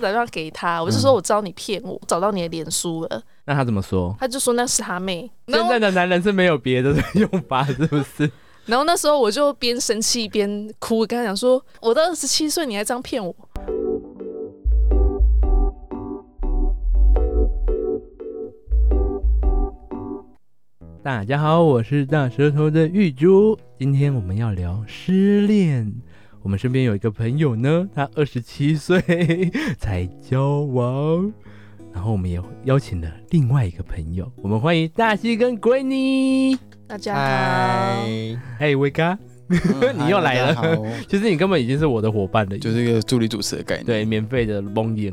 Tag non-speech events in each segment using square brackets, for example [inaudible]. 打电话给他，我就说我知道你骗我，找到你的脸书了。那他怎么说？他就说那是他妹。然现后在的男人是没有别的用法，是不 [laughs] 是？然后那时候我就边生气边哭，跟他讲说，我都二十七岁，你还这样骗我。大家好，我是大舌头的玉珠，今天我们要聊失恋。我们身边有一个朋友呢，他二十七岁才交往，然后我们也邀请了另外一个朋友，我们欢迎大西跟鬼妮。大家好，嘿，威哥， [laughs] 你又来了嗯大家好其实你根本已经是我的伙伴了，就是一个助理主持的概念。对，免费的蒙眼。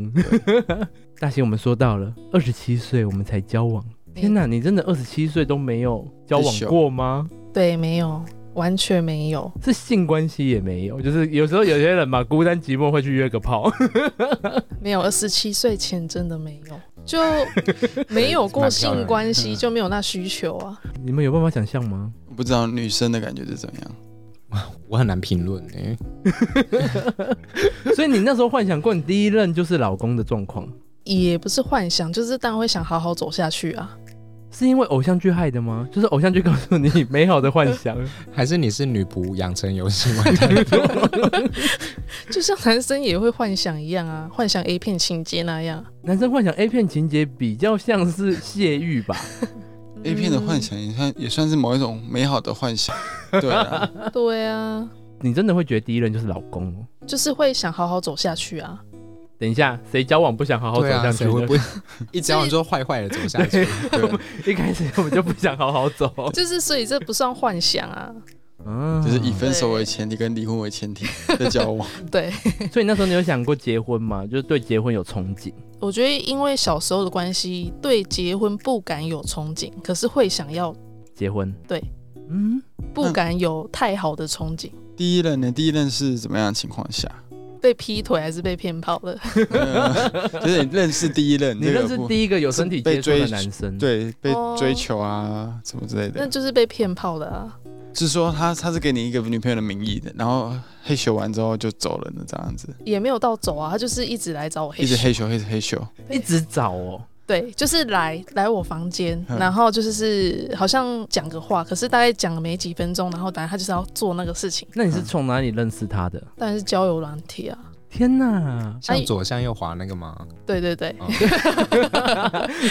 [laughs] 大兴，我们说到了二十七岁，我们才交往。天哪，你真的二十七岁都没有交往过吗？对，没有，完全没有。是性关系也没有，就是有时候有些人嘛，孤单寂寞会去约个炮。没有，二十七岁前真的没有，就没有过蛮漂亮的性关系，就没有那需求啊。 [laughs] 你们有办法想象吗？我不知道女生的感觉是怎么样。我很难评论诶，所以你那时候幻想过你第一任就是老公的状况，也不是幻想，就是当然会想好好走下去啊。是因为偶像剧害的吗？就是偶像剧告诉你美好的幻 [laughs] 想，还是你是女仆养成游戏 [laughs] 玩家？就像男生也会幻想一样啊，幻想 A 片情节那样。男生幻想 A 片情节比较像是泄欲吧？ A 片的幻想也算也算是某一种美好的幻 [laughs] 想，对啊，嗯，对啊，你真的会觉得第一任就是老公哦？就是会想好好走下去啊。等一下，谁交往不想好好走对下啊，去谁呢？会不 [laughs] 一交往之后坏坏的走下去？！对，一开始我们就不想好好走， [laughs] 就是所以这不算幻想啊，嗯，就是以分手为前提跟离婚为前 [laughs] 提的交往。对。所以那时候你有想过结婚吗？就是对结婚有憧憬，我觉得因为小时候的关系，对结婚不敢有憧憬，可是会想要，结婚？对，嗯，不敢有太好的憧憬。第一任呢？第一任是怎么样的情况下？被劈腿还是被骗炮了？呃 [laughs] 就是你认识第一任，你这个认识不第一个有身体接触被的追男生，，对被哦追求啊什么之类 [laughs] 那的，就是被骗炮的啊。是说他他是给你一个女朋友的名义的，然后黑咻完之后就走了的这样子，也没有到走啊，他就是一直来找我黑一直咻黑咻，一直黑咻，一直找哦，对，就是来来我房间，嗯然后就是是好像讲个话，可是大概讲了没几分钟，然后当然他就是要做那个事情，那你是从哪里认识他的？嗯当然是交友软体啊，天哪 [laughs] 向左向右滑那个吗？对对对，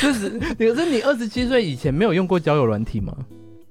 就是，可是你二十七岁以前没有用过交友软体吗？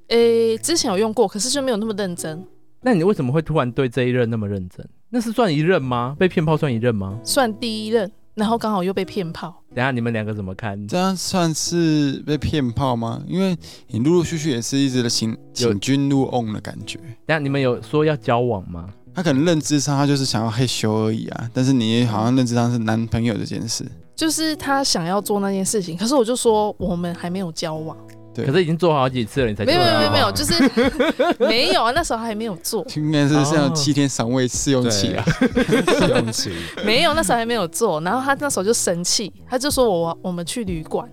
诶，之前有用过，可是就没有那么认真，那你为什么会突然对这一任那么认真？那是算一任吗？被骗炮算一任吗？算第一任，然后刚好又被骗炮，等一下你们两个怎么看？这样算是被骗炮吗？因为你陆陆续续也是一直的行有请君入瓮的感觉。等一下你们有说要交往吗？他可能认知上他就是想要害羞而已啊，但是你好像认知上是男朋友这件事，就是他想要做那件事情，可是我就说我们还没有交往，对可是已经做好几次了，你才没有做没有到没有没有，吗就是哦 [laughs] 没有啊，那时候还没有做，应该是哦像七天赏味试用期 [laughs] 啊。试用期，没有，那时候还没有做。然后他那时候就生气，他就说我我们去旅馆，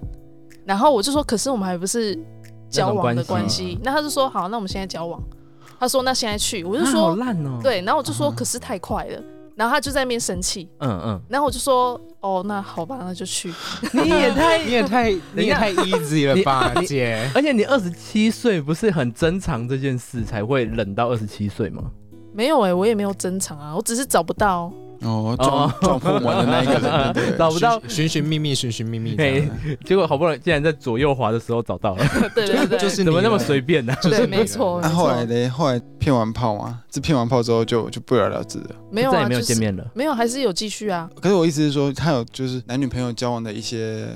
然后我就说可是我们还不是交往的关系。那他就说好，那我们现在交往。他说那现在去，我就啊好说、烂哦。，对，然后我就说、啊可是太快了，然后他就在那边生气，嗯嗯，然后我就说哦那好吧，那就去。你也太 [laughs] 你也太你也太 easy 了吧，你姐？而且你二十七岁不是很珍藏这件事才会冷到二十七岁吗？没有哎、我也没有争吵啊，我只是找不到。哦，撞撞破门的那一个人，对不找对，不到，寻寻觅觅，寻寻觅觅嘿的，结果好不容易竟然在左右滑的时候找到 [laughs] 了，对对 [laughs] 对，就是你啊怎么那么了随？便呢、就是对，你没错。那、没啊后错来嘞，后来骗完炮嘛，这骗完炮之后就就不了了之了。没有再也啊，没有就见是面了。没有，还是有继续啊。可是我意思是说，他有就是男女朋友交往的一些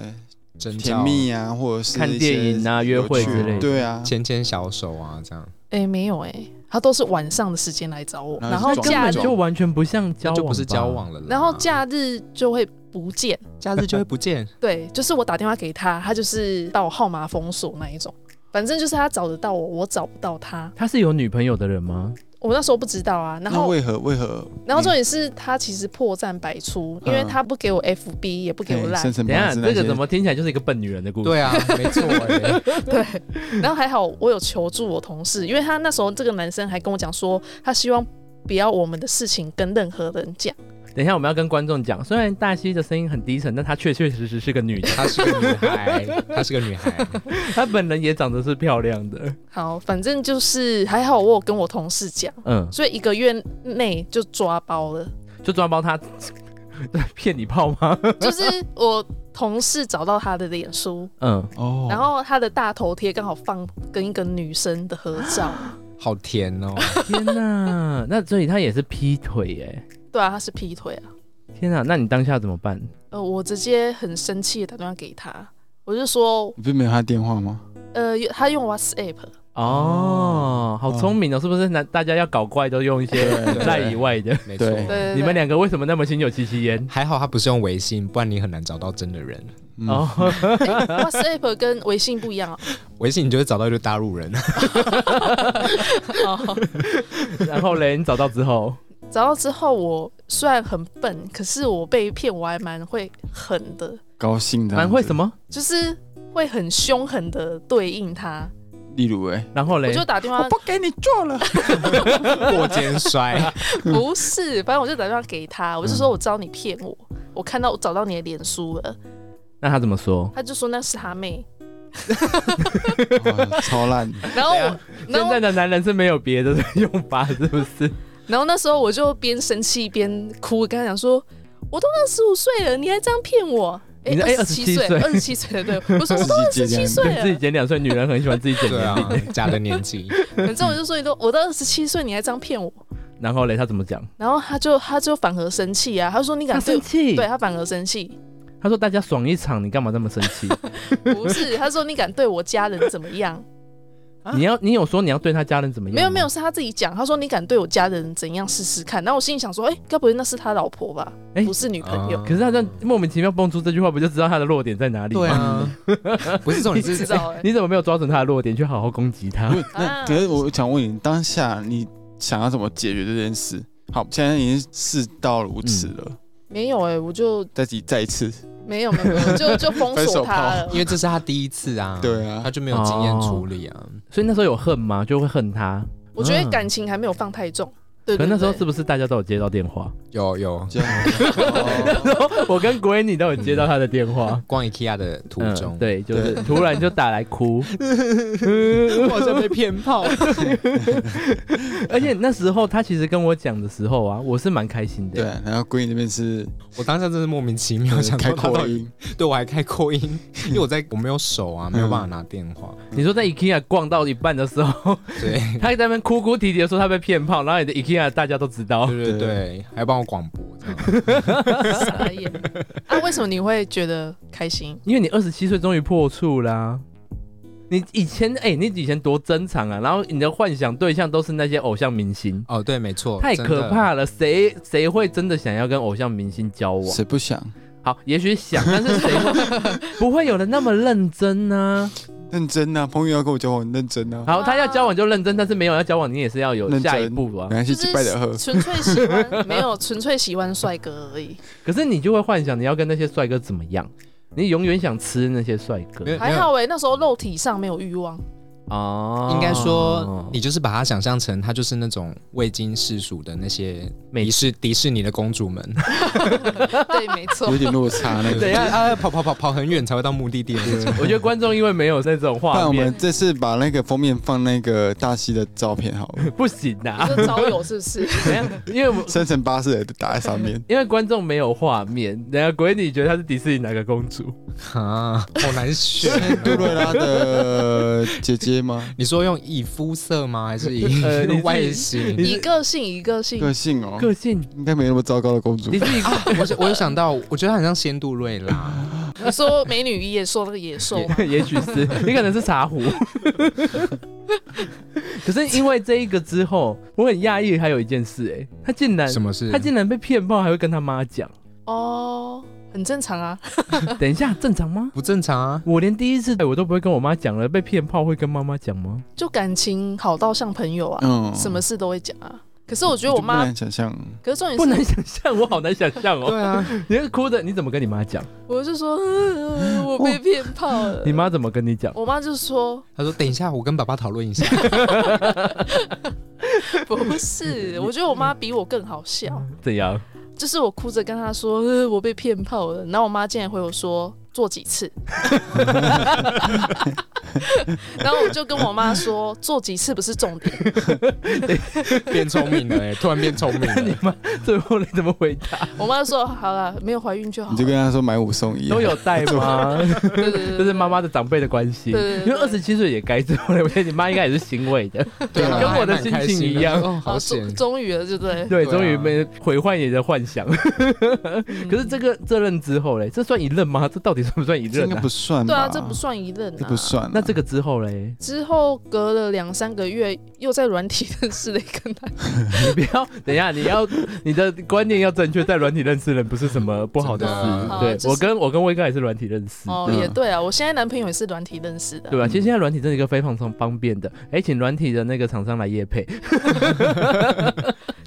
真甜蜜啊，或者是看电影啊、啊，约会之类的，对啊，牵牵小手啊，这样哎、没有哎、他都是晚上的时间来找我，然然后后就根假本日就完全不像交往，那就不是交。往嗯了啦。然后假日就会不见。假日就会不见，对，就是我打电话给他，他就是把我号码封锁那一种。反正就是他找得到我，我找不到他。他是有女朋友的人吗？我那时候不知道啊，然那后为何为何？然后重点是他其实破绽百出，因为嗯他不给我 FB，也不给我嘿生 Line，嗯辰等一八下字那这些个怎么听起来就是一个笨女人的故事？对啊，没错欸，对。然后还好我有求助我同事，因为他那时候这个男生还跟我讲说，他希望不要我们的事情跟任何人讲。对等一下我们要跟观众讲，虽然大西的声音很低沉，但她确确实实是个女 [laughs] 的，她是个女孩，她是个女孩，她本人也长得是漂亮的。好，反正就是还好，我有跟我同事讲，嗯，所以一个月内就抓包了。就抓包她 [laughs] 骗你泡吗？就是我同事找到他的脸书，嗯，哦，然后他的大头贴刚好放跟一个女生的合照，好甜哦，天哪，那所以她也是劈腿耶！对啊，他是劈腿啊。天哪，那你当下怎么办？呃，我直接很生气的打电话给他，我就说，你不是没有他电话吗？呃，他用 WhatsApp，哦，好聪明哦，是不是？那大家要搞怪都用一些对在以外的。没错。对对对对你们两个为什么那么心有戚戚 [laughs] 焉？还好他不是用微信，不然你很难找到真的人。嗯、哦， WhatsApp 跟微信不一样啊。微信你就会找到一堆大陆人，哦然后嘞，你找到之后，找到之后，我虽然很笨，可是我被骗我还蛮会狠的，高兴的。蛮会什？么？就是会很凶狠的对应他。例如哎、然后我嘞就，打电话，给你做了。过肩摔，不是，反正我就打电话给他，我就说我知道你骗我，我看到我找到你的脸书了，那他怎么说？他就说那是他妹，哦哇超 [laughs] 烂，然后我，然现后在的男人是没有别的用法，是不 [laughs] 是？然后那时候我就边生气边哭，跟他讲说，我都二十五岁了，你还这样骗我。哎你，哎二十七岁， 27二十七岁了，对，我说我都二自十己七接岁 [laughs] 跟自己了，减两岁，女人很喜欢自己减对年啊龄。，假的年纪，反正我就说你都我都二十七岁，你还这样骗我，然后嘞，他怎么讲？然后他就他就反而生气啊，他说你敢他对生，气，对他啊反而生气，他说大家爽一场，你干嘛那么生 [laughs] 气？不是，他说你敢对我家人怎么样？你要你有说你要对他家人怎么样？没有没有，，是他自己讲，他说你敢对我家人怎样试试看。然后我心里想说，哎、该不会那是他老婆吧？哎不是女朋友。啊可是他这样莫名其妙蹦出这句话，不就知道他的弱点在哪里吗？对啊， [laughs] 不是重点知是道 [laughs] 啊哎、你怎么没有抓准他的弱点，去好好攻击他？不那可是我想问你，当下你想要怎么解决这件事？好，现在已经事到如此了，嗯没有哎、我就再再再一次，没有没有，没有就就封分锁手他了。因为这是他第一次啊，对啊他就没有经验处理啊，所以那时候有恨吗？就会恨他。我觉得嗯感情还没有放太重。对可对是对，那时候是不是大家都有接到电话？ [laughs] 有有这样哦我跟闺女都有接到他的电话。逛 IKEA 的途中，嗯，对，就是突然就打来哭，我好像被骗炮，而且那时候他其实跟我讲的时候啊，我是蛮开心的。 [laughs] 对，然后闺女那边 [laughs] 是我当下真是莫名其妙呃想开到他到扩底音，对我还开扩音，因为我在我没有手啊，没有办法拿电话，你说在 IKEA 逛到一半的时候，对他在那边哭哭啼啼的说他被骗炮，然后你的 IKEA 大家都知道。对对对，还帮我广播这样。傻眼啊！为什么你会觉得开 [laughs] 心？因为你二十七岁终于破处啦。你以前哎、你以前多珍藏啊！然后你的幻想对象都是那些偶像明星，哦，对，没错，太真可的怕了。谁谁会真的想要跟偶像明星交往？谁不想好，也许想，但是谁会 [laughs] 不会有人那么认真呢、认真啊？朋友要跟我交往，认真啊，好，他要交往就认真，但是没有要交往，你也是要有认真下一步啊没。关系，就击败的喝是。纯粹喜欢，没有纯粹喜欢帅哥而已。可是你就会幻想你要跟那些帅哥怎么样，你永远想吃那些帅哥没有，没还有，好哎、那时候肉体上没有欲望。哦。应该说你就是把它想象成他就是那种未经世俗的那些美迪士迪士尼的公主们，对，没错有。点落差那等个。一下啊跑跑跑跑很远才会到目的地的那种。我觉得观众因为没有那种不然画我面，们这次把那个封面放那个大西的照片好 [laughs] 了，不行啊你。说交友是不是？等一下因为我。生辰八字也打在上面 [laughs] 因为观众没有画面，等下鬼你觉得她是迪士尼哪个公主？啊， [laughs] 好难选。杜瑞拉的姐姐 [laughs] 吗？你说用以肤色吗？还是以呃你自己外形？你是一个性一个性，个性哦，个性应该没那么糟糕的公主迪。士尼啊，我我有想到，我觉得她很像仙杜瑞拉，你说美女与野兽那个野兽吗？也许是你可能是茶壶。可是因为这一个之后，我很讶异，还有一件事、欸，哎，他竟然什么事他？竟然被骗炮，还会跟他妈讲。哦，很正常啊。等一下，正常吗？不正常啊！我连第一次哎我都不会跟我妈讲了，被骗炮会跟妈妈讲吗？就感情好到像朋友啊，嗯什么事都会讲啊。可是我觉就得我不妈，难想象，哦可是重不点能是，想象，我好难想象哦、对啊，你是哭的，你怎么跟你妈讲？我就说、呃我被骗炮了。你？妈怎么跟你讲？我妈就说他说等一下，我跟爸爸讨论一下。不是，我觉得我妈比我更好笑。怎样？就是我哭着跟他说，呃、我被骗炮了，然后我妈竟然回我说做几次， [laughs] 然后我就跟我妈说做几次不是重点，变聪明了、欸，突然变聪明那 [laughs] 你了。妈最后你怎么回答？我妈说好了，没有怀孕就好你就了，跟他说买五送一啊，都有带吗？对对对， [laughs] 这是对妈妈的长辈的关系，对对对因为二十七岁也该做了，我觉得你妈应该也是欣慰的。对啊，跟我的还蛮开心情的一样哦，好好险啊终。终于了，对不对？对，对啊终于被毁坏你的幻嗯想。可是这个这任之后嘞，这算一任吗？这到底算不算一这任应该啊不？算吧？对啊，这不，算一任这啊，不算啊。那这个之后嘞，之后隔了两三个月，又在软体认识了一个男，你 [laughs] 不要，等一下，你要你的观念要正确，在软体认识人不是什么不好的真的事。啊就对是我跟我跟威哥也是软体认识，哦，嗯也对啊，我现在男朋友也是软体认识的对啊，吧？其实现在软体真的一个非常方方便的，哎，请软体的那个厂商来夜配，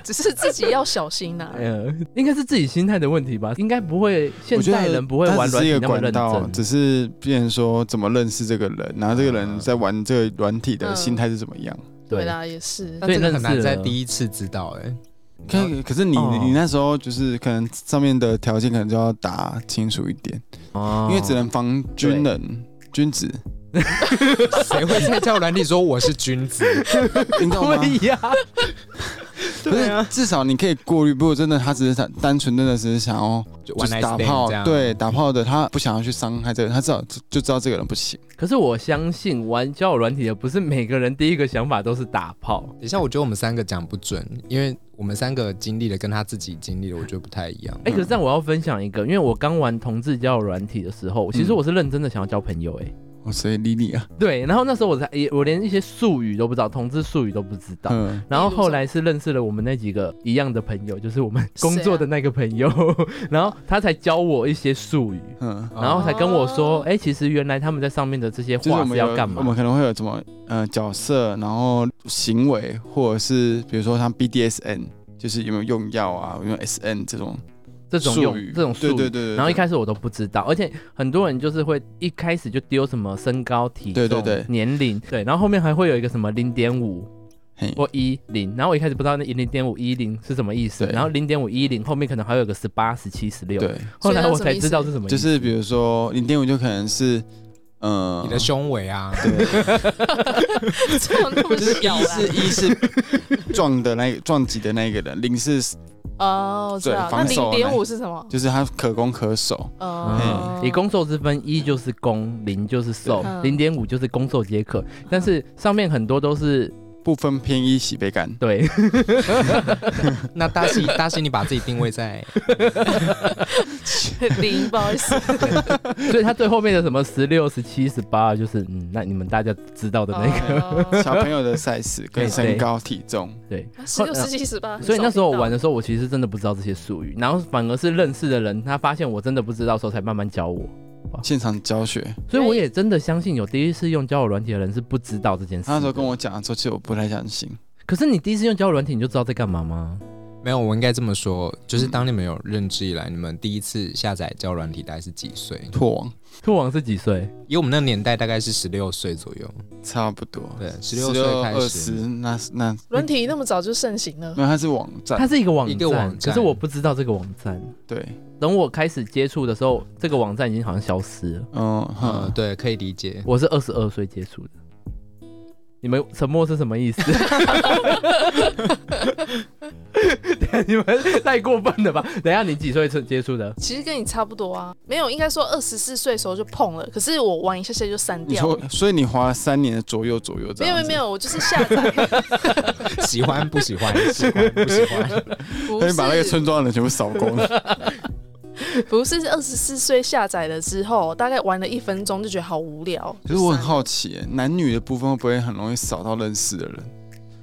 只是自己要小心啊呐。[laughs] 哎嗯，应该是自己心态的问题吧，应该不会现我觉代得人不会玩软它只是体一那个么认管道，啊真。只是变成说怎么认识这个人，然后这个人嗯在玩这个软体的嗯心态是怎么样。对啦，也是 [laughs] 那所以真的认很识难在了第一次知道哎、可可是你哦你那时候就是可能上面的条件可能就要打清楚一点，哦因为只能防军人。君子，谁会在交友软体说我是君 [laughs] 子？ [laughs] 你 [laughs] 懂吗？对呀，啊不是，至少你可以过滤。如果真的他只是想单纯，真的只是想要就就玩是 nice 打 day 这炮，样。对打炮的，他不想要去伤害这个人，他至少就就知道这个人不行。可是我相信玩交友软体的不是每个人第一个想法都是打炮，等一下，我觉得我们三个讲不准，因为我们三个经历的跟他自己经历的，我觉得不太一样。嗯哎、可是这样我要分享一个，因为我刚玩同志交友软体的时候，其实嗯我是认真的想要交朋友、哎、我谁理你啊？对，然后那时候我才也我连一些术语都不知道，同志术语都不知道。嗯，然后后来是认识了我们那几个一样的朋友，就是我们工作的那个朋友，啊 [laughs] 然后他才教我一些术语，嗯， [laughs] 然后才跟我说，哦哎、其实原来他们在上面的这些就是我话们是有要干我嘛们？可能会有什么呃角色，然后行为，或者是比如说像 BDSN，就是有没有用药啊，有没有 SN 这种这种用术语这种术对语，对对对，然后一始开始我都不知道，而且很多人就是会一开始就丢什么身高、体重、对对对年龄，对，然后后面还会有一个什么零点五嘿或一零，然后我一开始不知道那零点五一零是什么意思，对然后零点五一零后面可能还有个十八、十七、十六，对，后来我所以才它知什道么意思是什么意就思，是比如说零点五就可能是嗯，你的胸围 [laughs] 啊，这样那么就是小一啦是一是 [laughs] 撞的那一撞击的那一个人，零是哦，我知道。那对防守零点那五是什么？就是他可攻可守，哦嗯，，以攻受之分，一就是攻，零就是受，对零点五就是攻受皆可。但是上面很多都是不分偏一喜 [laughs] 被干。对，那大西大西，你把自己定位在零，不好意 [laughs] 思，所以他最后面的什么十六、十七、十八，就是嗯，那你们大家知道的那哦个。个小朋友的 size 跟对身高体重，对，十 [laughs] 六、十七、十八。所以那时候我玩的的时候，我其实真的不知道这些术语，然后反而是认识的人，他发现我真的不知道的时候，才慢慢教我。现场教学。所以哎我也真的相信，有第一次用交友软体的人是不知道这件事。他那时候跟，我讲的时候，其实我不太相信。可是你第一次用交友软体，你就知道在干嘛吗？没有，我应该这么说，就是当你们有认知以来，你们第一次下载交友软体大概是几岁？拓王兔王是几岁？以我们那个年代大概是十六岁左右，差不多，对，十六十岁六开二十，。始那那软体那么早就盛行了没，有，他是网站 [laughs] 它，是一个网站，一个网可站是我不知道这个网站。对，等我开始接触的时候，这个网站已经好像消失了。嗯嗯，哼，对，可以理解。 [laughs] 我是二十二岁接触的。你们沉默是什么意思？ [laughs] 等下你们太过分了吧？等下你几岁接触的？其实跟你差不多啊。没有，应该说二十四岁的时候就碰了，可是我玩一下下就删你掉了说。，所以你花了三年左右左右这没有没样子有没，有，我就是下载，喜欢不喜欢？喜欢不喜欢？不他 [laughs] 是就把那个村庄的人全部扫光了。不是二十四岁下载了之后，大概玩了一分钟就觉得好无聊。其实就我很删了好奇，男女的部分会不会很容易扫到认识的人？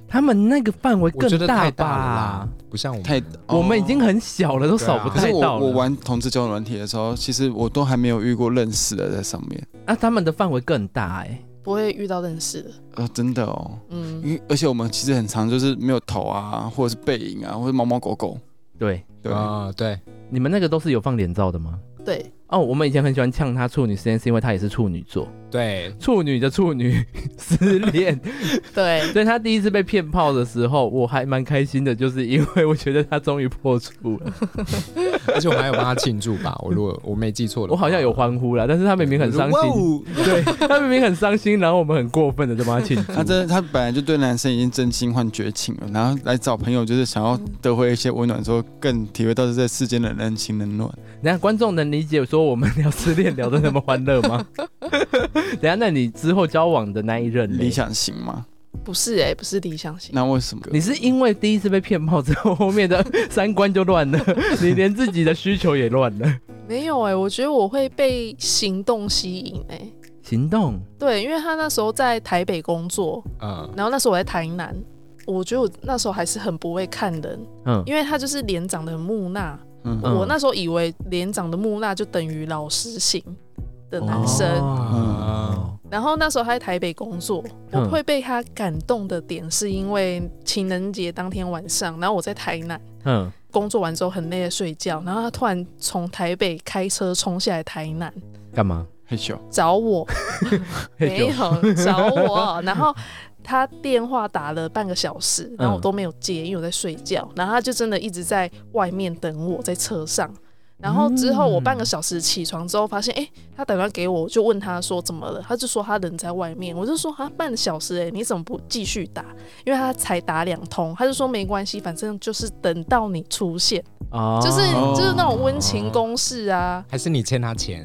他们 [laughs] 那个范围我觉更得吧？太大了啦，啊不像我们太，我们已经哦很小了，都扫不可是太我到我了。玩同志交友软体的时候，其实我都还没有遇过认识的在上面。那、啊他们的范围更大哎、不会遇到认识的，呃，真的哦，嗯因。为而且我们其实很常就是没有头啊，或者是背影啊，或者猫猫狗狗。对，对，啊，对，你们那个都是有放脸照的吗？对，哦，我们以前很喜欢呛他处女时间，是因为他也是处女座，对，处女的处女 [laughs] 失恋。对，所以他第一次被骗炮的时候，我还蛮开心的，就是因为我觉得他终于破处了，而且我们还有帮他庆祝 [laughs] 吧，我如果我没记错的话，我好像有欢呼了，但是他明明很伤哇心，哦对他明明很伤心，然后我们很过分的在帮他庆祝。他真的，他本来就对男生已经真心换绝情了，然后来找朋友就是想要得回一些温暖，说更体会到这世间的人情冷暖。等一下观众能理解说我们聊失恋聊得那么欢乐吗？等一下，那你之后交往的那一任嘞理，想型嘛？不是哎、不是理想型，那为什么？你是因为第一次被骗炮之后，后面的 [laughs] 三观就乱了，你连自己的需求也乱了。没有哎、我觉得我会被行动吸引哎、行动，对，因为他那时候在台北工作， [laughs] 嗯，然后那时候我在台南，我觉得我那时候还是很不会看人，嗯，因为他就是脸长得很木讷，嗯嗯我那时候以为脸长得木讷就等于老实型的男生，哦然后那时候他在台北工作，我嗯会被他感动的点是因为情人节当天晚上，然后我在台南。嗯，工作完之后很累的睡觉，然后他突然从台北开车冲下来台南干嘛？[laughs] 害羞，找我， [laughs] 没嘿有咻找我，然后他电话打了半个小时，然后我都没有接，因为我在睡觉，然后他就真的一直在外面等我在车上。然后之后我半个小时起床之后，发现哎、诶他打电话给我，我就问他说怎么了，他就说他人在外面，我就说他半小时哎、诶你怎么不继续打？因为他才打两通，他就说没关系，反正就是等到你出现。哦就是哦就是那种温情攻势啊，还是你欠他钱，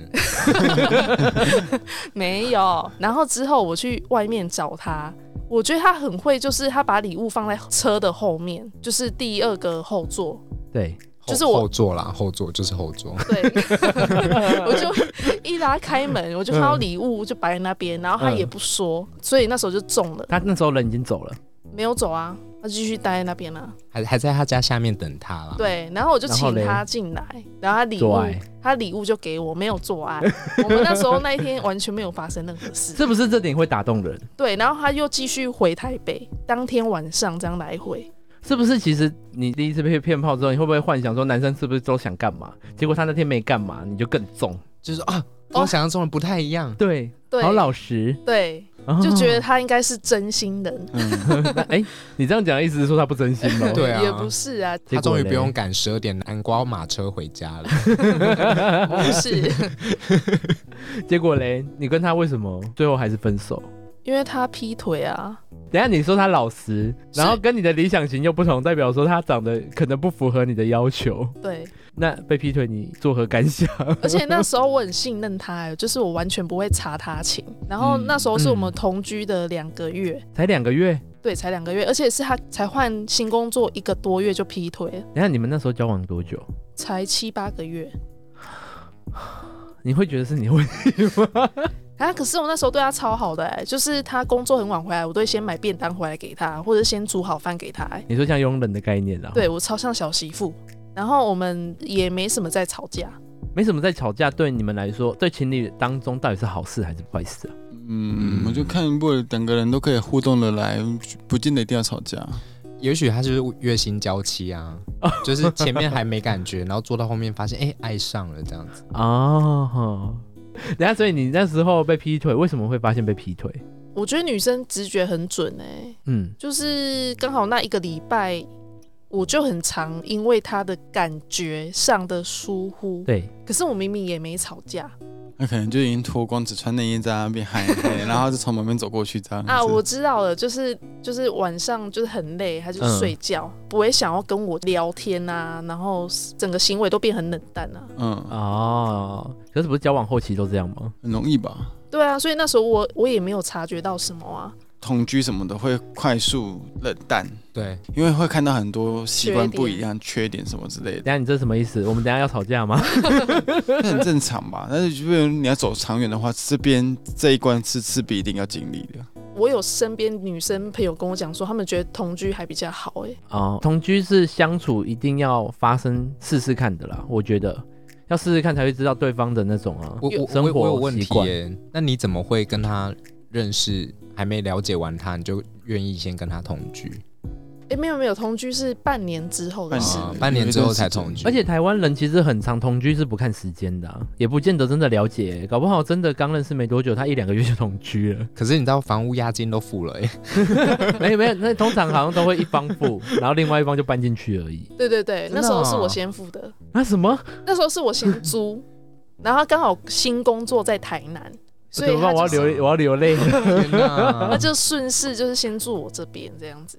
没有。然后之后我去外面找他，我觉得他很会，就是他把礼物放在车的后面，就是第二个后座。对，后就是我后座啦，后座就是后 [laughs] 座，对， [laughs] 我就一拉开门，我就看到礼物就摆在那边，然后他也不说，嗯所以那时候就中了，他那时候人已经走了，没有走啊，他继续待在那边啊。还还在他家下面等他啦。，对，然后我就然后请嘞他进来，然后他礼做物爱他礼物就给我，没有做 [laughs] 爱。我们那时候那一天完全没有发生任何事。是不是这点会打动人？对，然后他又继续回台北，当天晚上这样来回。是不是其实你第一次被骗炮之后，你会不会幻想说男生是不是都想干嘛？结果他那天没干嘛，你就更重。就是说哦啊，跟我想象中的不太一样。对，对，好老实，对，就觉得嗯他应该是真心人，嗯，得 [laughs] 哎、你这样讲的意思是说他不真心 [laughs] 吗？对啊也不是啊，结果他终嘞于不用赶十二点南瓜马车回家了。不 [laughs] 是， [laughs] 结果嘞，你跟他为什么最后还是分手？因为他劈腿啊，等一下你说他老实，是然后跟你的理想型又不同，代表说他长得可能不符合你的要求。 [laughs] 对，那被劈腿你作何感想？而且那时候我很信任他、欸就是我完全不会查他情，然后嗯那时候是我们同居的两个月。 [laughs] 才两个月，对，才两个月，而且是他才换新工作一个多月就劈腿了，等一下你们那时候交往多久？才七八个月你会 [laughs] 觉得是你的问题吗？啊！可是我那时候对他超好的、哎，就是他工作很晚回来，我都会先买便当回来给他，或者先煮好饭给他、哎你说像佣人的概念啊？，对我超像小媳妇。然后我们也没什么在吵架，没什么在吵架，对你们来说，对情侣当中到底是好事还是坏事啊？嗯，我就看一部两个人都可以互动的来，不见得一定要吵架。也许他就是月薪娇妻啊，就是前面还没感觉，然后做到后面发现哎、爱上了这样子。哦，啊等一下，所以你那时候被劈腿，为什么会发现被劈腿？我觉得女生直觉很准哎、嗯，就是刚好那一个礼拜，我就很常因为她的感觉上的疏忽，对，嗯可是我明明也没吵架他可能就已经脱光，只穿内衣在那边嗨， [laughs] 嘿然后就从旁边走过去这样子。啊，我知道了，就是就是晚上就是很累，她就嗯睡觉，不会想要跟我聊天啊，然后整个行为都变很冷淡啊，嗯，哦，可是不是交往后期都这样吗？很容易吧？对啊，所以那时候我我也没有察觉到什么啊，同居什么的会快速冷淡，对，因为会看到很多习惯缺点不一样、缺点什么之类的，等一下你这什么意思？我们等一下要吵架 [laughs] 吗？那很正常吧？但是如果你要走长远的话，这边这一关是势必一定要经历哦的。我有身边女生朋友跟我讲说，她们觉得同居还比较好哎、哦，同居是相处一定要发生试试看的啦，我觉得要试试看才会知道对方的那种啊。我我生我我活有问习题惯耶，那你怎么会跟他认识，还没了解完他，你就愿意先跟他同居？哎、诶，没有没有，同居是半年之后的半事年。啊半年之后才同居，而且台湾人其实很常同居是不看时间的啊、也不见得真的了解、搞不好真的刚认识没多久，他一两个月就同居 [laughs] 了。可是你知道房屋押金都付了、欸，没有没有，那通常好像都会一方付，然后另外一方就搬进去而已。对对对，真的那时候是哦我先付的，啊什么？那时候是我先租， [laughs] 然后刚好新工作在台南，所以怎么办？我他要就是流我要流泪 [laughs] 天 [laughs] 哪他就顺势就是先住我这边这样子。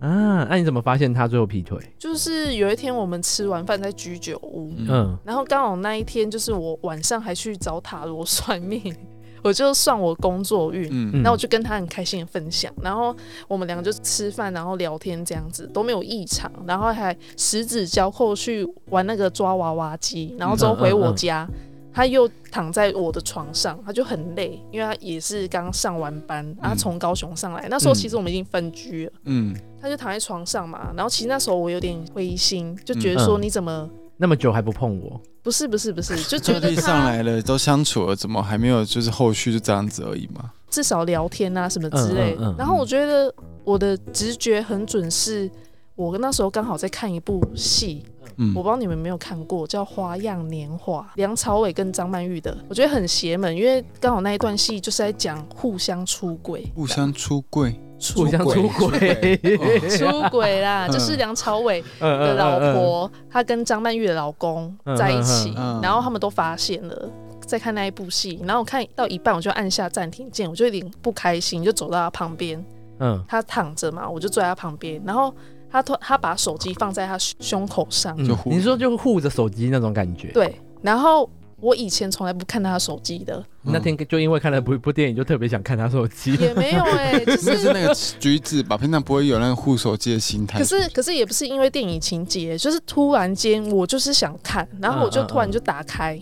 啊！那你怎么发现他最后劈腿？就是有一天我们吃完饭在居酒屋，嗯，嗯，然后刚好那一天就是我晚上还去找塔罗算命，我就算我工作运，嗯嗯然后我就跟他很开心的分享，然后我们两个就吃饭，然后聊天这样子都没有异常，然后还十指交扣去玩那个抓娃娃机，然后之后嗯回我家，他又躺在我的床上，他就很累，因为他也是刚上完班，他从高雄上来，那时候其实我们已经分居了，嗯他就躺在床上嘛，然后其实那时候我有点灰心，就觉得说嗯你怎么那么久还不碰我，不是不是不是，就觉嗯就得地上他来了，都相处了，怎么还没有就是后续就这样子而已嘛？至少聊天啊什么之类嗯嗯嗯然后我觉得我的直觉很准是。我那时候刚好在看一部戏，嗯我不知道你们有没有看过，叫《花样年华》，梁朝伟跟张曼玉的，我觉得很邪门，因为刚好那一段戏就是在讲互相出轨，互相出柜，互相出轨， [laughs] 出轨啦，嗯就是梁朝伟 [laughs] 嗯哦的老，嗯嗯婆，她跟张曼玉的老公在一起嗯嗯嗯嗯，然后他们都发现了。在看那一部戏，然后我看到一半，我就按下暂停键，我就有点不开心，就走到他旁边，嗯他躺着嘛，我就坐在他旁边，然后他突他把手机放在他胸口上，嗯就护你说就护着手机那种感觉。，对，然后我以前从来不看他手机的，那天就因为看了部部电影，就特别想看他手机。也没有哎、就就是 [laughs] 是。那个举止吧，平常不会有那个护手机的心态。可是，可是也不是因为电影情节，就是突然间我就是想看，然后我就突然就打开，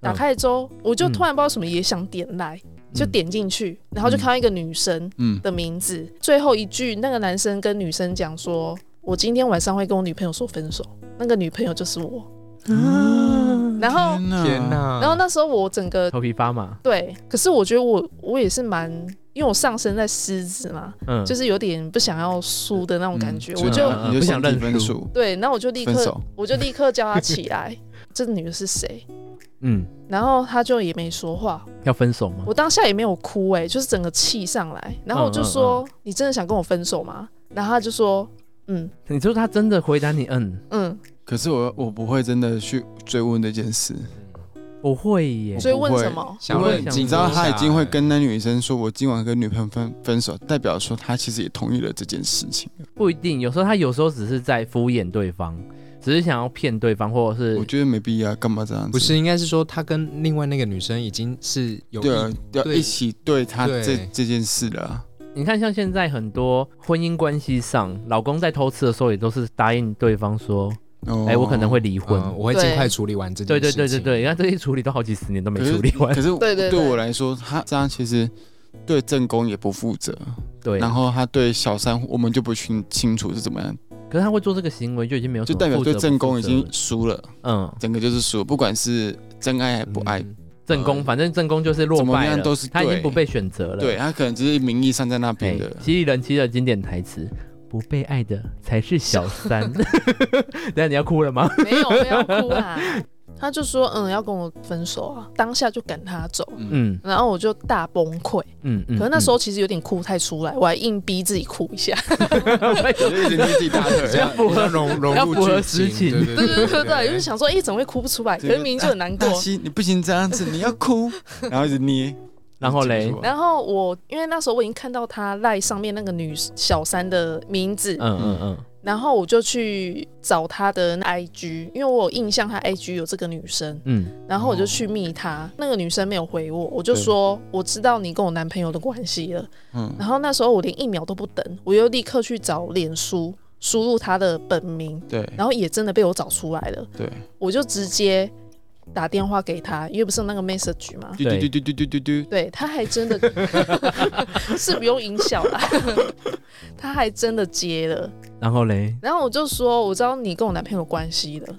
打开之后我就突然不知道什么也想点来，嗯就点进去，然后就看到一个女生嗯的名字，最后一句那个男生跟女生讲说：“我今天晚上会跟我女朋友说分手，那个女朋友就是我。”嗯啊，然后，天哪！然后那时候我整个头皮发麻，对，可是我觉得我我也是蛮，因为我上身在狮子嘛，嗯，就是有点不想要输的那种感觉，我就就嗯嗯你不就想想提认输分数，对，那我就立分刻手，我就立刻叫他起来，这女的是谁？嗯，然后他就也没说话，要分手吗？我当下也没有哭、哎，就是整个气上来，然后我就说：“你真的想跟我分手吗？”然后他就说：“嗯你说他真的回答你，嗯，嗯。可是我我不会真的去追问这件事，不会”耶。所以不问会什么？想因为冷静你知道一下他已经会跟那女生说，我今晚跟女朋友分分手，代表说他其实也同意了这件事情。不一定，有时候他有时候只是在敷衍对方，只是想要骗对方，或者是我觉得没必要，干嘛这样子？不是，应该是说他跟另外那个女生已经是有对啊意，要对一起对他对这这件事了啊。你看，像现在很多婚姻关系上，老公在偷吃的时候，也都是答应对方说，哦啊哎、我可能会离婚。嗯我会尽快处理完这件对事对对情。对对，你看这一处理都好几十年都没处理完哦 [laughs] 可。是对对对我来说，他这样其实对正宫也不负责，对，然后他对小三我们就不清清楚是怎么样，可是他会做这个行为，就已经没有什就么代表负对责正不负宫已责经了输了，嗯，整个就是输，不管是真爱还嗯，不爱，呃正宫反正正宫就是落怎么败样了，都是他已经对不被选择了。对他啊可能只是名义上在那边哎，的，犀利人妻的经典台词：“不被爱的才是小三。”等下你要哭了吗？没有，没有哭啦。他就说：“嗯，要跟我分手啊！”当下就赶他走，嗯，嗯然后我就大崩溃。嗯嗯。可是那时 [laughs] 候其实有点哭不太出来，我还硬逼自己哭一下。我就一直捏自己大腿， [laughs] 这要符合 [laughs] 融融要入符合剧实情情，对对对对对对，就是想说，哎，怎么会哭不出来？可这是个明明就很难过大。西你不行这样子，你要 [laughs] 哭，然后一直捏，然后嘞，然后我因为那时候我已经看到他赖上面那个女小三的名字，嗯嗯嗯，然后我就去找他的 IG，因为我有印象他 IG 有这个女生，嗯，然后哦我就去密他，那个女生没有回我，我就说我知道你跟我男朋友的关系了。嗯然后那时候我连一秒都不等，我又立刻去找脸书，输入他的本名，对然后也真的被我找出来了。嗯对，我就直接打电话给他，因为不是有那个 message 嘛。嘟嘟嘟嘟嘟嘟嘟，对，他还真的 [laughs] 是不用音效啦， [laughs] 他还真的接了。然后嘞，然后我就说，我知道你跟我男朋友有关系了。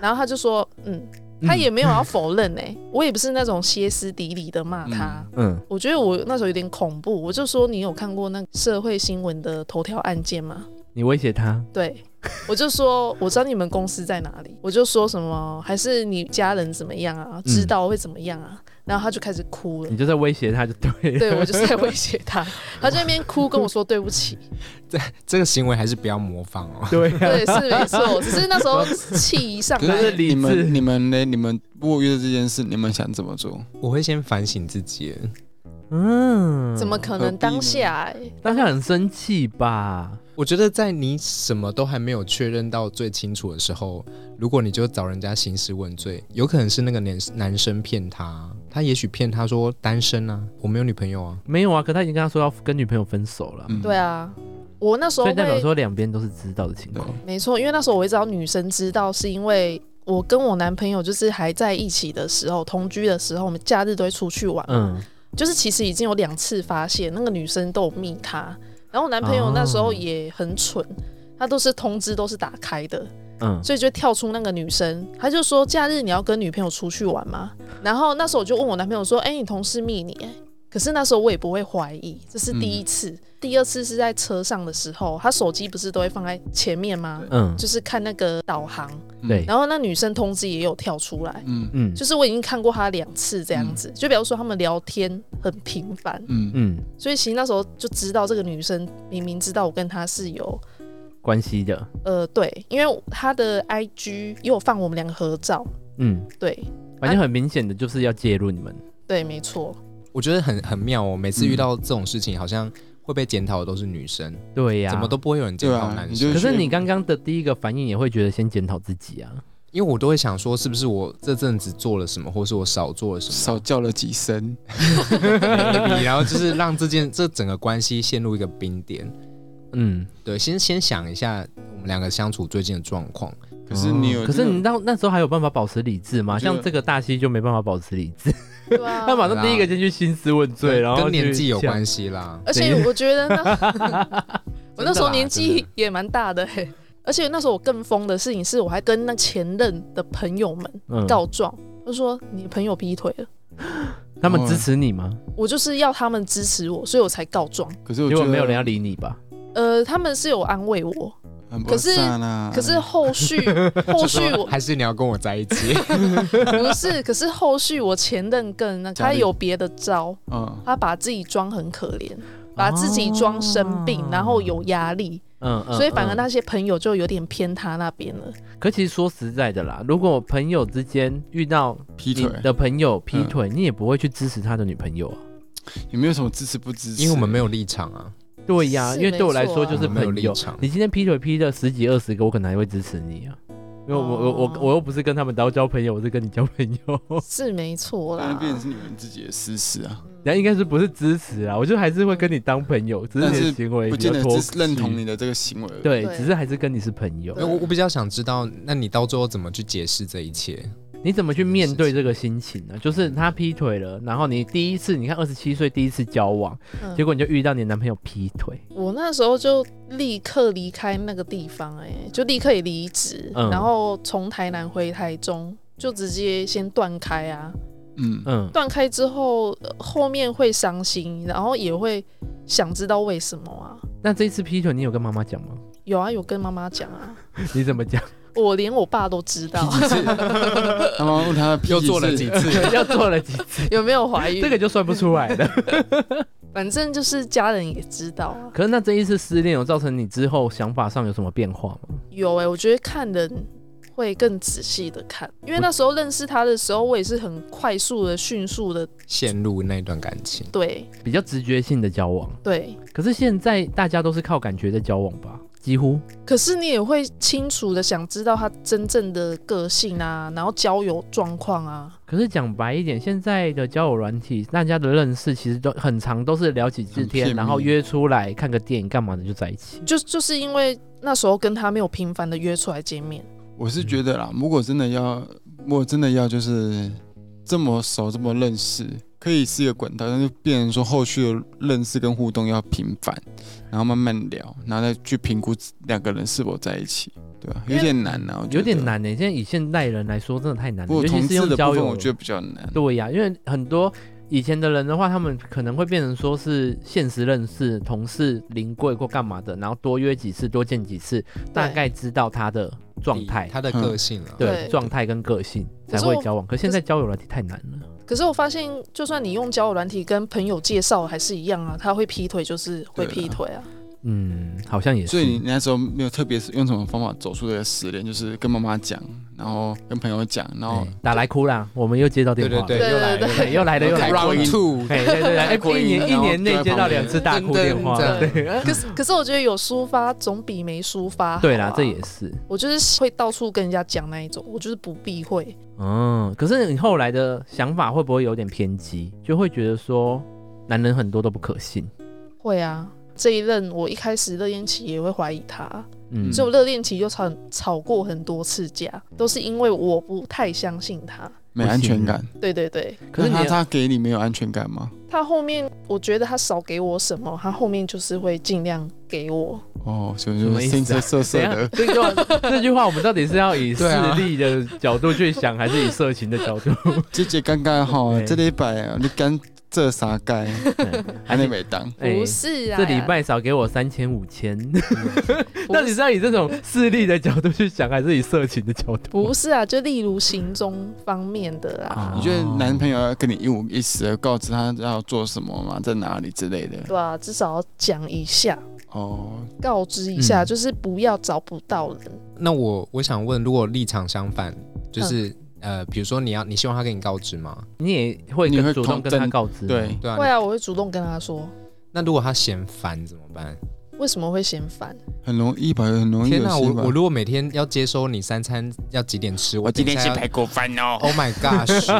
然后他就说，嗯，他也没有要否认哎、我也不是那种歇斯底里的骂他。嗯我觉得我那时候有点恐怖，我就说你有看过那个社会新闻的头条案件吗？嗯，你威胁他，对，我就说我知道你们公司在哪里，我就说什么还是你家人怎么样啊，知道会怎么样啊，然后他就开始哭了你。就在威胁他就对了。对，我就是在威胁他，他在那边哭跟我说对不起，这个行为还是不要模仿哦。 [laughs] 对啊，对，是没错，只是那时候气一上可来是，理你智们你们呢？你们如果遇到这件事，你们想怎么做？我会先反省自己，嗯，怎么可何必能呢当下、欸？当下很生气吧？我觉得在你什么都还没有确认到最清楚的时候，如果你就找人家兴师问罪，有可能是那个男男生骗他，他也许骗他说单身啊，我没有女朋友啊，没有啊，可他已经跟他说要跟女朋友分手了，嗯，对，啊，我那时候所以代表会说两边都是知道的情况。没错，因为那时候我会知道女生知道，是因为我跟我男朋友就是还在一起的时候，同居的时候，我们假日都会出去玩。嗯，就是其实已经有两次发现那个女生都有密他，然后我男朋友那时啊候也很蠢，他都是通知都是打开的，嗯，所以就跳出那个女生，他就说假日你要跟女朋友出去玩吗？然后那时候我就问我男朋友说，哎、你同事密你、哎，可是那时候我也不会怀疑，这是第一次，第二次是在车上的时候，他手机不是都会放在前面吗？嗯，就是看那个导航，嗯对然后那女生通知也有跳出来，嗯嗯，就是我已经看过她两次这样子，就比如说他们聊天很频繁，嗯嗯，所以其实那时候就知道这个女生明明知道我跟她是有关系的，呃对，因为她的 IG 也有放我们两个合照，嗯，对反正很明显的就是要介入你们。对，没错，我觉得很很妙哦。每次遇到这种事情，好像会被检讨的都是女生，对呀、怎么都。不会有人检对讨啊男你生。就可是你刚刚的第一个反应也会觉得先检讨自己啊，因为我都会想说，是不是我这阵子做了什么，或是我少做了什 [laughs] 么，少叫了几声， maybe，然后就是让这件这整个关系陷入一个冰点。嗯，对，先先想一下我们两个相处最近的状况，可是你哦有可这种，是你到那时候还有办法保持理智吗？我觉得像这个大西就没办法保持理智， [laughs] 对啊他。马上第一个对先去兴师问罪，然后跟年去纪有想关系啦。而且我觉得那 [laughs] 我那时候真的啦年真纪的也蛮大的、嘿，而且那时候我更疯的事情是我还跟那前任的朋友们嗯告状，他说你朋友劈腿了。他们支持你吗？我就是要他们支持我，所以我才告状。可是我如觉果得没有人要理你吧？呃，他们是有安慰我，很不可是善啊可是后 [laughs] 续后续嗯就说我还是你要跟我在一 [laughs] 起，不是，可是后续我前任更那个家他里有别的招，嗯，他把自己装很可怜，把自己装生病，啊哦然后有压力，嗯，嗯所以反而嗯那些朋友就有点偏他那边了。可其实说实在的啦，如果朋友之间遇到劈你腿的朋友劈腿，你也不会去支持他的女朋友啊。有没有什么支持不支持？因为我们没有立场啊。对呀、是因为对我来说没错啊就是我朋们没有友立场。你今天劈腿劈了十几二十个，我可能还会支持你啊，因为我、我我哦我又不是跟他们交交朋友，我是跟你交朋友。 [laughs] 是没错那啦，变成是你们自己的私事啊，然后应该是不是支持啊？我就还是会跟你当朋友，只是但你的是行为不比较见得脱是认同序。你的这个行为而已。啊对，对只是还是跟你是朋友对，我我比较想知道，那你到最后怎么去解释这一切？你怎么去面对这个心情呢？就是他劈腿了，然后你第一次，你看二十七岁第一次交往，嗯结果你就遇到你的男朋友劈腿，我那时候就立刻离开那个地方、哎，就立刻也离职，嗯然后从台南回台中，就直接先断开啊。嗯，嗯，断开之后，呃后面会伤心，然后也会想知道为什么啊。那这一次劈腿，你有跟妈妈讲吗？有啊，有跟妈妈讲啊，你怎么 [laughs] 讲？我连我爸都知道 [laughs] 他妈问他又做了几次，次？要做了几 [laughs] 次？有没有怀孕。这个就算不出来了。反正就是家人也知道啊。可是那这一次失恋有造成你之后想法上有什么变化吗？有哎、我觉得看人会更仔细的看，因为那时候认识他的时候，我也是很快速的、迅速的，陷入那段感情，对比较直觉性的交往，对。可是现在大家都是靠感觉在交往吧？几乎可是你也会清楚的想知道他真正的个性啊，然后交友状况啊，可是讲白一点，现在的交友软体，大家的认识其实都很长，都是聊几次很天，片面然后约出来看个电影干嘛的就在一起。就就是因为那时候跟他没有频繁的约出来见面。 [laughs] 我是觉得啦，如果真的要，如果真的要就是这么熟这么认识，可以是一个管道，但是变成说后续的认识跟互动要频繁，然后慢慢聊，然后再去评估两个人是否在一起，对吧、因为有点难啊，我觉得有点。难呢、欸现在以现代人来说，真的太难不了，尤过其同是志用的交部分，友。我觉得比较难。对呀、因为很多以前的人的话，他们可能会变成说是现实认识、同事、临柜或干嘛的，然后多约几次、多见几次，大概知道他的状态，嗯他的个性啊，对对状态跟个性才会交往。可现在交友软体太难了，可是我发现，就算你用交友软体跟朋友介绍，还是一样啊，他会劈腿就是会对啊劈腿啊。嗯，好像也是。所以你那时候没有特别是用什么方法走出这个失恋，就是跟妈妈讲，然后跟朋友讲，然后哎打来哭啦，我们又接到电对话对了，对，对又来对对又来了又来了。 Round round two，哎，对对对，哎，过一瘾年一然后年内接到两次大哭电话，对对啊可是可是我觉得有抒发总比没抒发好啊对啦，这也是。我就是会到处跟人家讲那一种，我就是不避讳。嗯，可是你后来的想法会不会有点偏激？就会觉得说，男人很多都不可信。会啊，这一任我一开始热恋期也会怀疑他，嗯，所以我热恋期就吵吵过很多次架，都是因为我不太相信他。没安全感。对对对，可是你那他的他给你没有安全感吗？他后面我觉得他少给我什么，他后面就是会尽量给我。哦，所以什就么意是思啊心色色色怎样 [laughs] 的？，这句话这句话我们到底是要 [laughs] 以势对啊力的角度去想，还是以色情的角度？姐姐尴尬哈，对这礼拜啊，你敢这啥该？ [laughs] 还是你没当？哎不是啊，这礼拜少给我三千五千， [laughs] 不到底是要以这种势力的角度去想，还是以色情的角度？不是啊，就例如行踪方面的啊，哦你觉得男朋友要跟你一五一十的告知他要做什么吗？在哪里之类的？对吧、至少要讲一下，哦，告知一下，嗯就是不要找不到人。那我我想问，如果立场相反，嗯就是、呃，比如说你要你希望他跟你告知吗？你也会你会跟主动同跟他真告知吗？对，对啊，会啊，我会主动跟他说，那如果他嫌烦怎么办？为什么会嫌烦？很容易吧，很容易天有我事吧我。如果每天要接收你三餐要几点吃，我等一下要骨饭哦。 ，Oh my [laughs] gosh！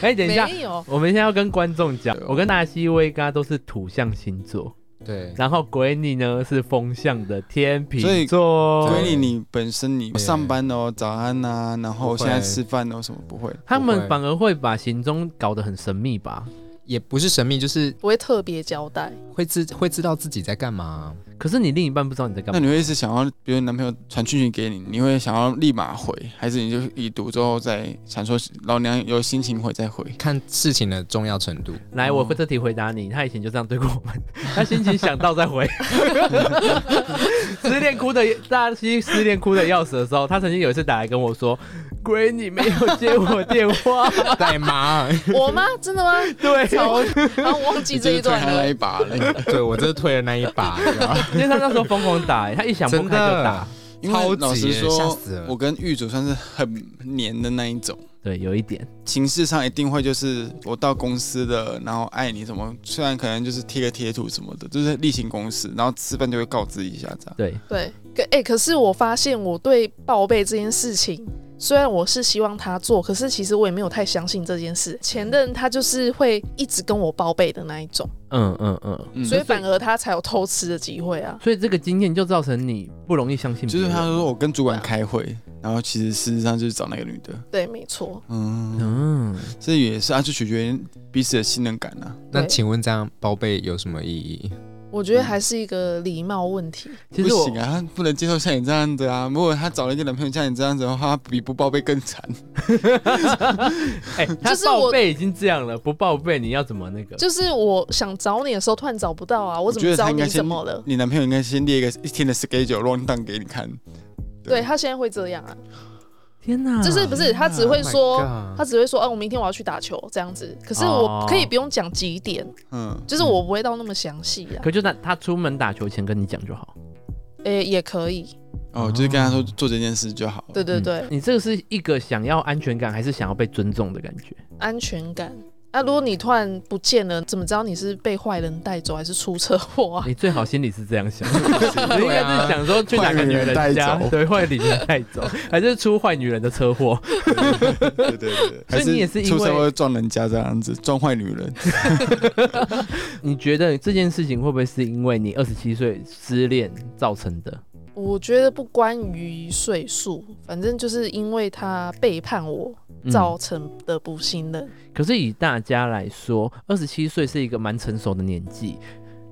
哎，等一下，没有，我们现在要跟观众讲，我跟纳西威嘎都是土象星座，对，然后鬼你呢是风象的天所秤以座，所以你本身你对上班哦，早安啊，然后不会现在吃饭哦，什么不会？他不们会反而会把行踪搞得很神秘吧？也不是神秘，就是不会特别交代。 [laughs] 会知会知道自己在干嘛。可是你另一半不知道你在干那嘛，你会是想要，比如男朋友传讯息给你，你会想要立马回，还是你就已读之后再想说老娘有心情回再回？看事情的重要程度，来，嗯我这题回答你，他以前就这样对过我们，他心情想到再 [laughs] 回。失恋哭的大西失恋哭的要死的时候，他曾经有一次打来跟我说：“鬼你没有接我电话。 [laughs] [laughs] 在吗？我吗？真的吗？”对， [laughs] 操，然后忘记这一段你就是推他那了一。把了， [laughs] 对我就是退了那一把，你知道吗因为他那时候疯狂打、他一想不真开就打的。。因超为级老实吓说死了，我跟玉主算是很黏的那一种，对，有一点，形式上一定会就是我到公司了，然后爱你什么，虽然可能就是贴个贴图什么的，就是例行公事，然后吃饭就会告知一下这样。对，对，可哎、可是我发现我对报备这件事情，虽然我是希望他做，可是其实我也没有太相信这件事。前任他就是会一直跟我报备的那一种，嗯嗯嗯。嗯所以反而他才有偷吃的机会啊。所以这个经验就造成你不容易相信别就是人，他说我跟主管啊开会，然后其实事实上就是找那个女的，对，没错。嗯，嗯，这也是啊，就取决于彼此的信任感啊。那对请问这样报备有什么意义？我觉得还是一个礼貌问题。其不实我行啊，他不能接受像你这样子啊。如果他找了一个男朋友像你这样子的话，他比不报备更惨。哎、他就是我报备已经这样了，不报备你要怎么那个？就是我想找你的时候，突然找不到啊，我怎觉么得知道他应你该先怎么了？你男朋友应该先列一个一天的 schedule run down 给你看。对他现在会这样啊，天哪，就是不是他只会 Oh my 说， God 他只会说，啊，我明天我要去打球这样子。可是我哦可以不用讲几点，嗯，就是我不会到那么详细啊。可就他他出门打球前跟你讲就好。诶、也可以，哦，就是跟他说哦做这件事就好了。对对对，嗯你这个是一个想要安全感还是想要被尊重的感 [laughs] 觉？安全感。那、如果你突然不见了，怎么知道你是被坏人带走还是出车祸啊？你最好心里是这样想，你应该是想说去哪个女坏人女人家 [laughs] 带，走对，坏女人带走，还是出坏女人的车祸？ [laughs] 对对对，所以你也是还因出社为会撞人家这样子，撞坏女人。你觉得这件事情会不会是因为你二十七岁失恋造成的？我觉得不关于岁数，反正就是因为他背叛我嗯造成的不信任。可是以大家来说，二十七岁是一个蛮成熟的年纪，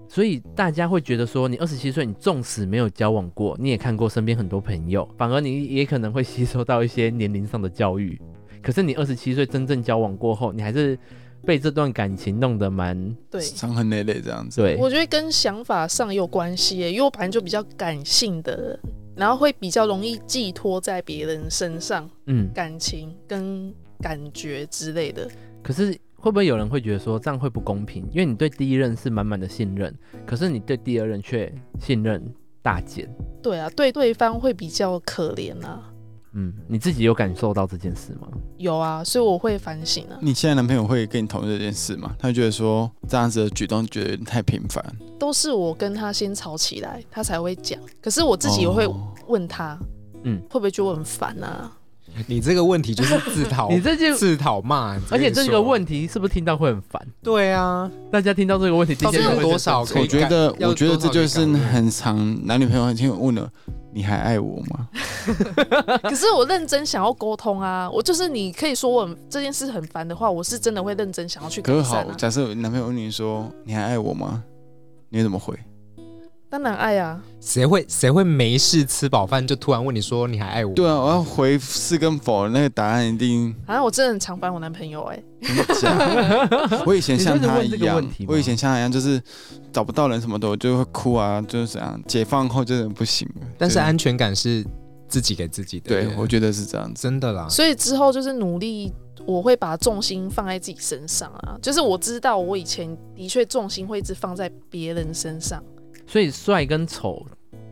所以大家会觉得说，你二十七岁，你纵使没有交往过，你也看过身边很多朋友，反而你也可能会吸收到一些年龄上的教育。可是你二十七岁真正交往过后，你还是被这段感情弄得蛮对，伤痕累累这样子。对，我觉得跟想法上有关系耶，因为我本来就比较感性的人，然后会比较容易寄托在别人身上，嗯。感情跟感觉之类的。可是会不会有人会觉得说这样会不公平？因为你对第一任是满满的信任，可是你对第二任却信任大减。对啊，对对方会比较可怜啊，嗯，你自己有感受到这件事吗？有啊，所以我会反省啊，你现在男朋友会跟你讨论这件事吗？他会觉得说这样子的举动觉得有点太频繁，都是我跟他先吵起来，他才会讲。可是我自己也会哦问他，嗯会不会觉得我很烦啊？ [laughs] 你这个问题哦就是自 [laughs] 讨，你这就，自讨骂，而且这个问题，题是不是听到会很烦？对啊，大家听到这个问题，到底今天哦有会多少觉可得我以觉改得，要我觉得多少这就是去改很常男女朋友很听我问了，你还爱我吗？可是我认真想要沟通啊，我就是你可以说我很这件事很烦的话，我是真的会认真想要去改可是善好，啊。假设男朋友问你说你还爱我吗？你会怎么回？当然爱啊，谁会谁会没事吃饱饭就突然问你说你还爱我？对啊，我要回是跟否，那个答案一定好啊像我真的很常烦我男朋友哎、真的 [laughs] 假的我以前像他你真的问一这个样问题，吗我以前像他一样，就是找不到人什么的，我就会哭啊，就是这样。解放后真的不行了。但是就是安全感是自己给自己的。对，我觉得是这样子。真 [laughs] 的啦，所以之后就是努力，我会把重心放在自己身上啊。就是我知道我以前的确重心会一直放在别人身上，所以帅跟丑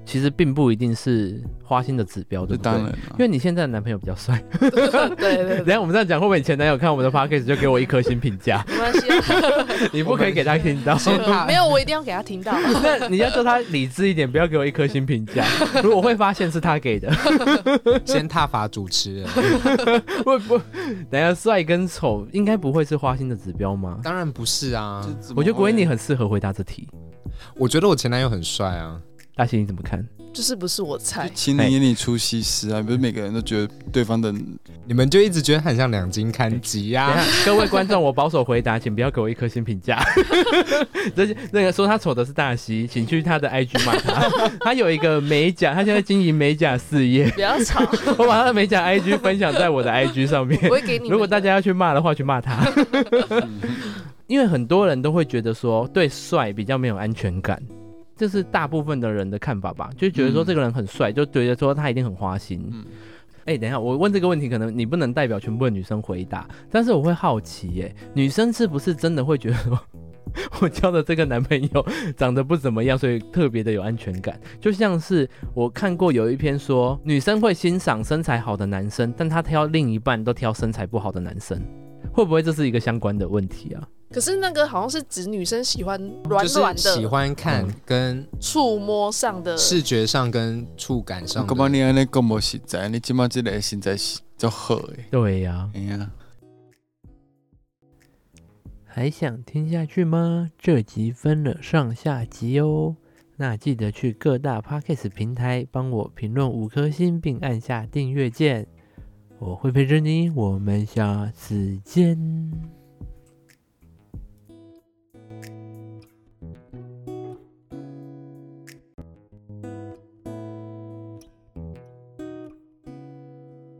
其实并不一定是花心的指标，对这不对？当然了，因为你现在的男朋友比较帅， [laughs] 对对等一对，下我们这样讲，会不会你前男友看我们的 podcast 就给我一颗星评 [laughs] 价？没关系啊，你不可以给他听到。 [laughs] 没有，我一定要给他听到。啊 [laughs] [laughs] 那你要叫他理智一点，不要给我一颗星评价。如果会发现是他给的， [laughs] 先踏伐主持人，会不？等一下帅跟丑应该不会是花心的指标吗？当然不是啊。这怎么我觉得国英你会很适合回答这题。我觉得我前男友很帅啊，大西你怎么看？就是不是我菜，情人眼里出西施啊，不是每个人都觉得对方的你们就一直觉得很像两金刊集等一呀、啊。下各位观众，我保守回答，请不要给我一颗星评价。 [laughs] 这那个说他丑的是大西，请去他的 IG 骂他。 [laughs] 他有一个美甲，他现在经营美甲事业。不要 [laughs] 吵，我把他的美甲 IG 分享在我的 IG 上面我。会给你们的。如果大家要去骂的话，去骂他，因为很多人都会觉得说对帅比较没有安全感，这是大部分的人的看法吧，就觉得说嗯这个人很帅，就觉得说他一定很花心。嗯哎、等一下，我问这个问题，可能你不能代表全部的女生回答，但是我会好奇、耶，女生是不是真的会觉得说，我交的这个男朋友长得不怎么样，所以特别的有安全感？就像是我看过有一篇说，女生会欣赏身材好的男生，但她挑另一半都挑身材不好的男生，会不会这是一个相关的问题啊？可是那个好像是指女生喜欢软就是啊软喜的、欢看嗯跟触摸上的，视觉上跟触感上的，干嘛你安尼讲无实在？你即马即个实在是足好诶。对呀、哎呀，还想听下去吗？这集分了上下集哦。那记得去各大 podcast 平台帮我评论五颗星，并按下订阅键。我会陪着你，我们下次见。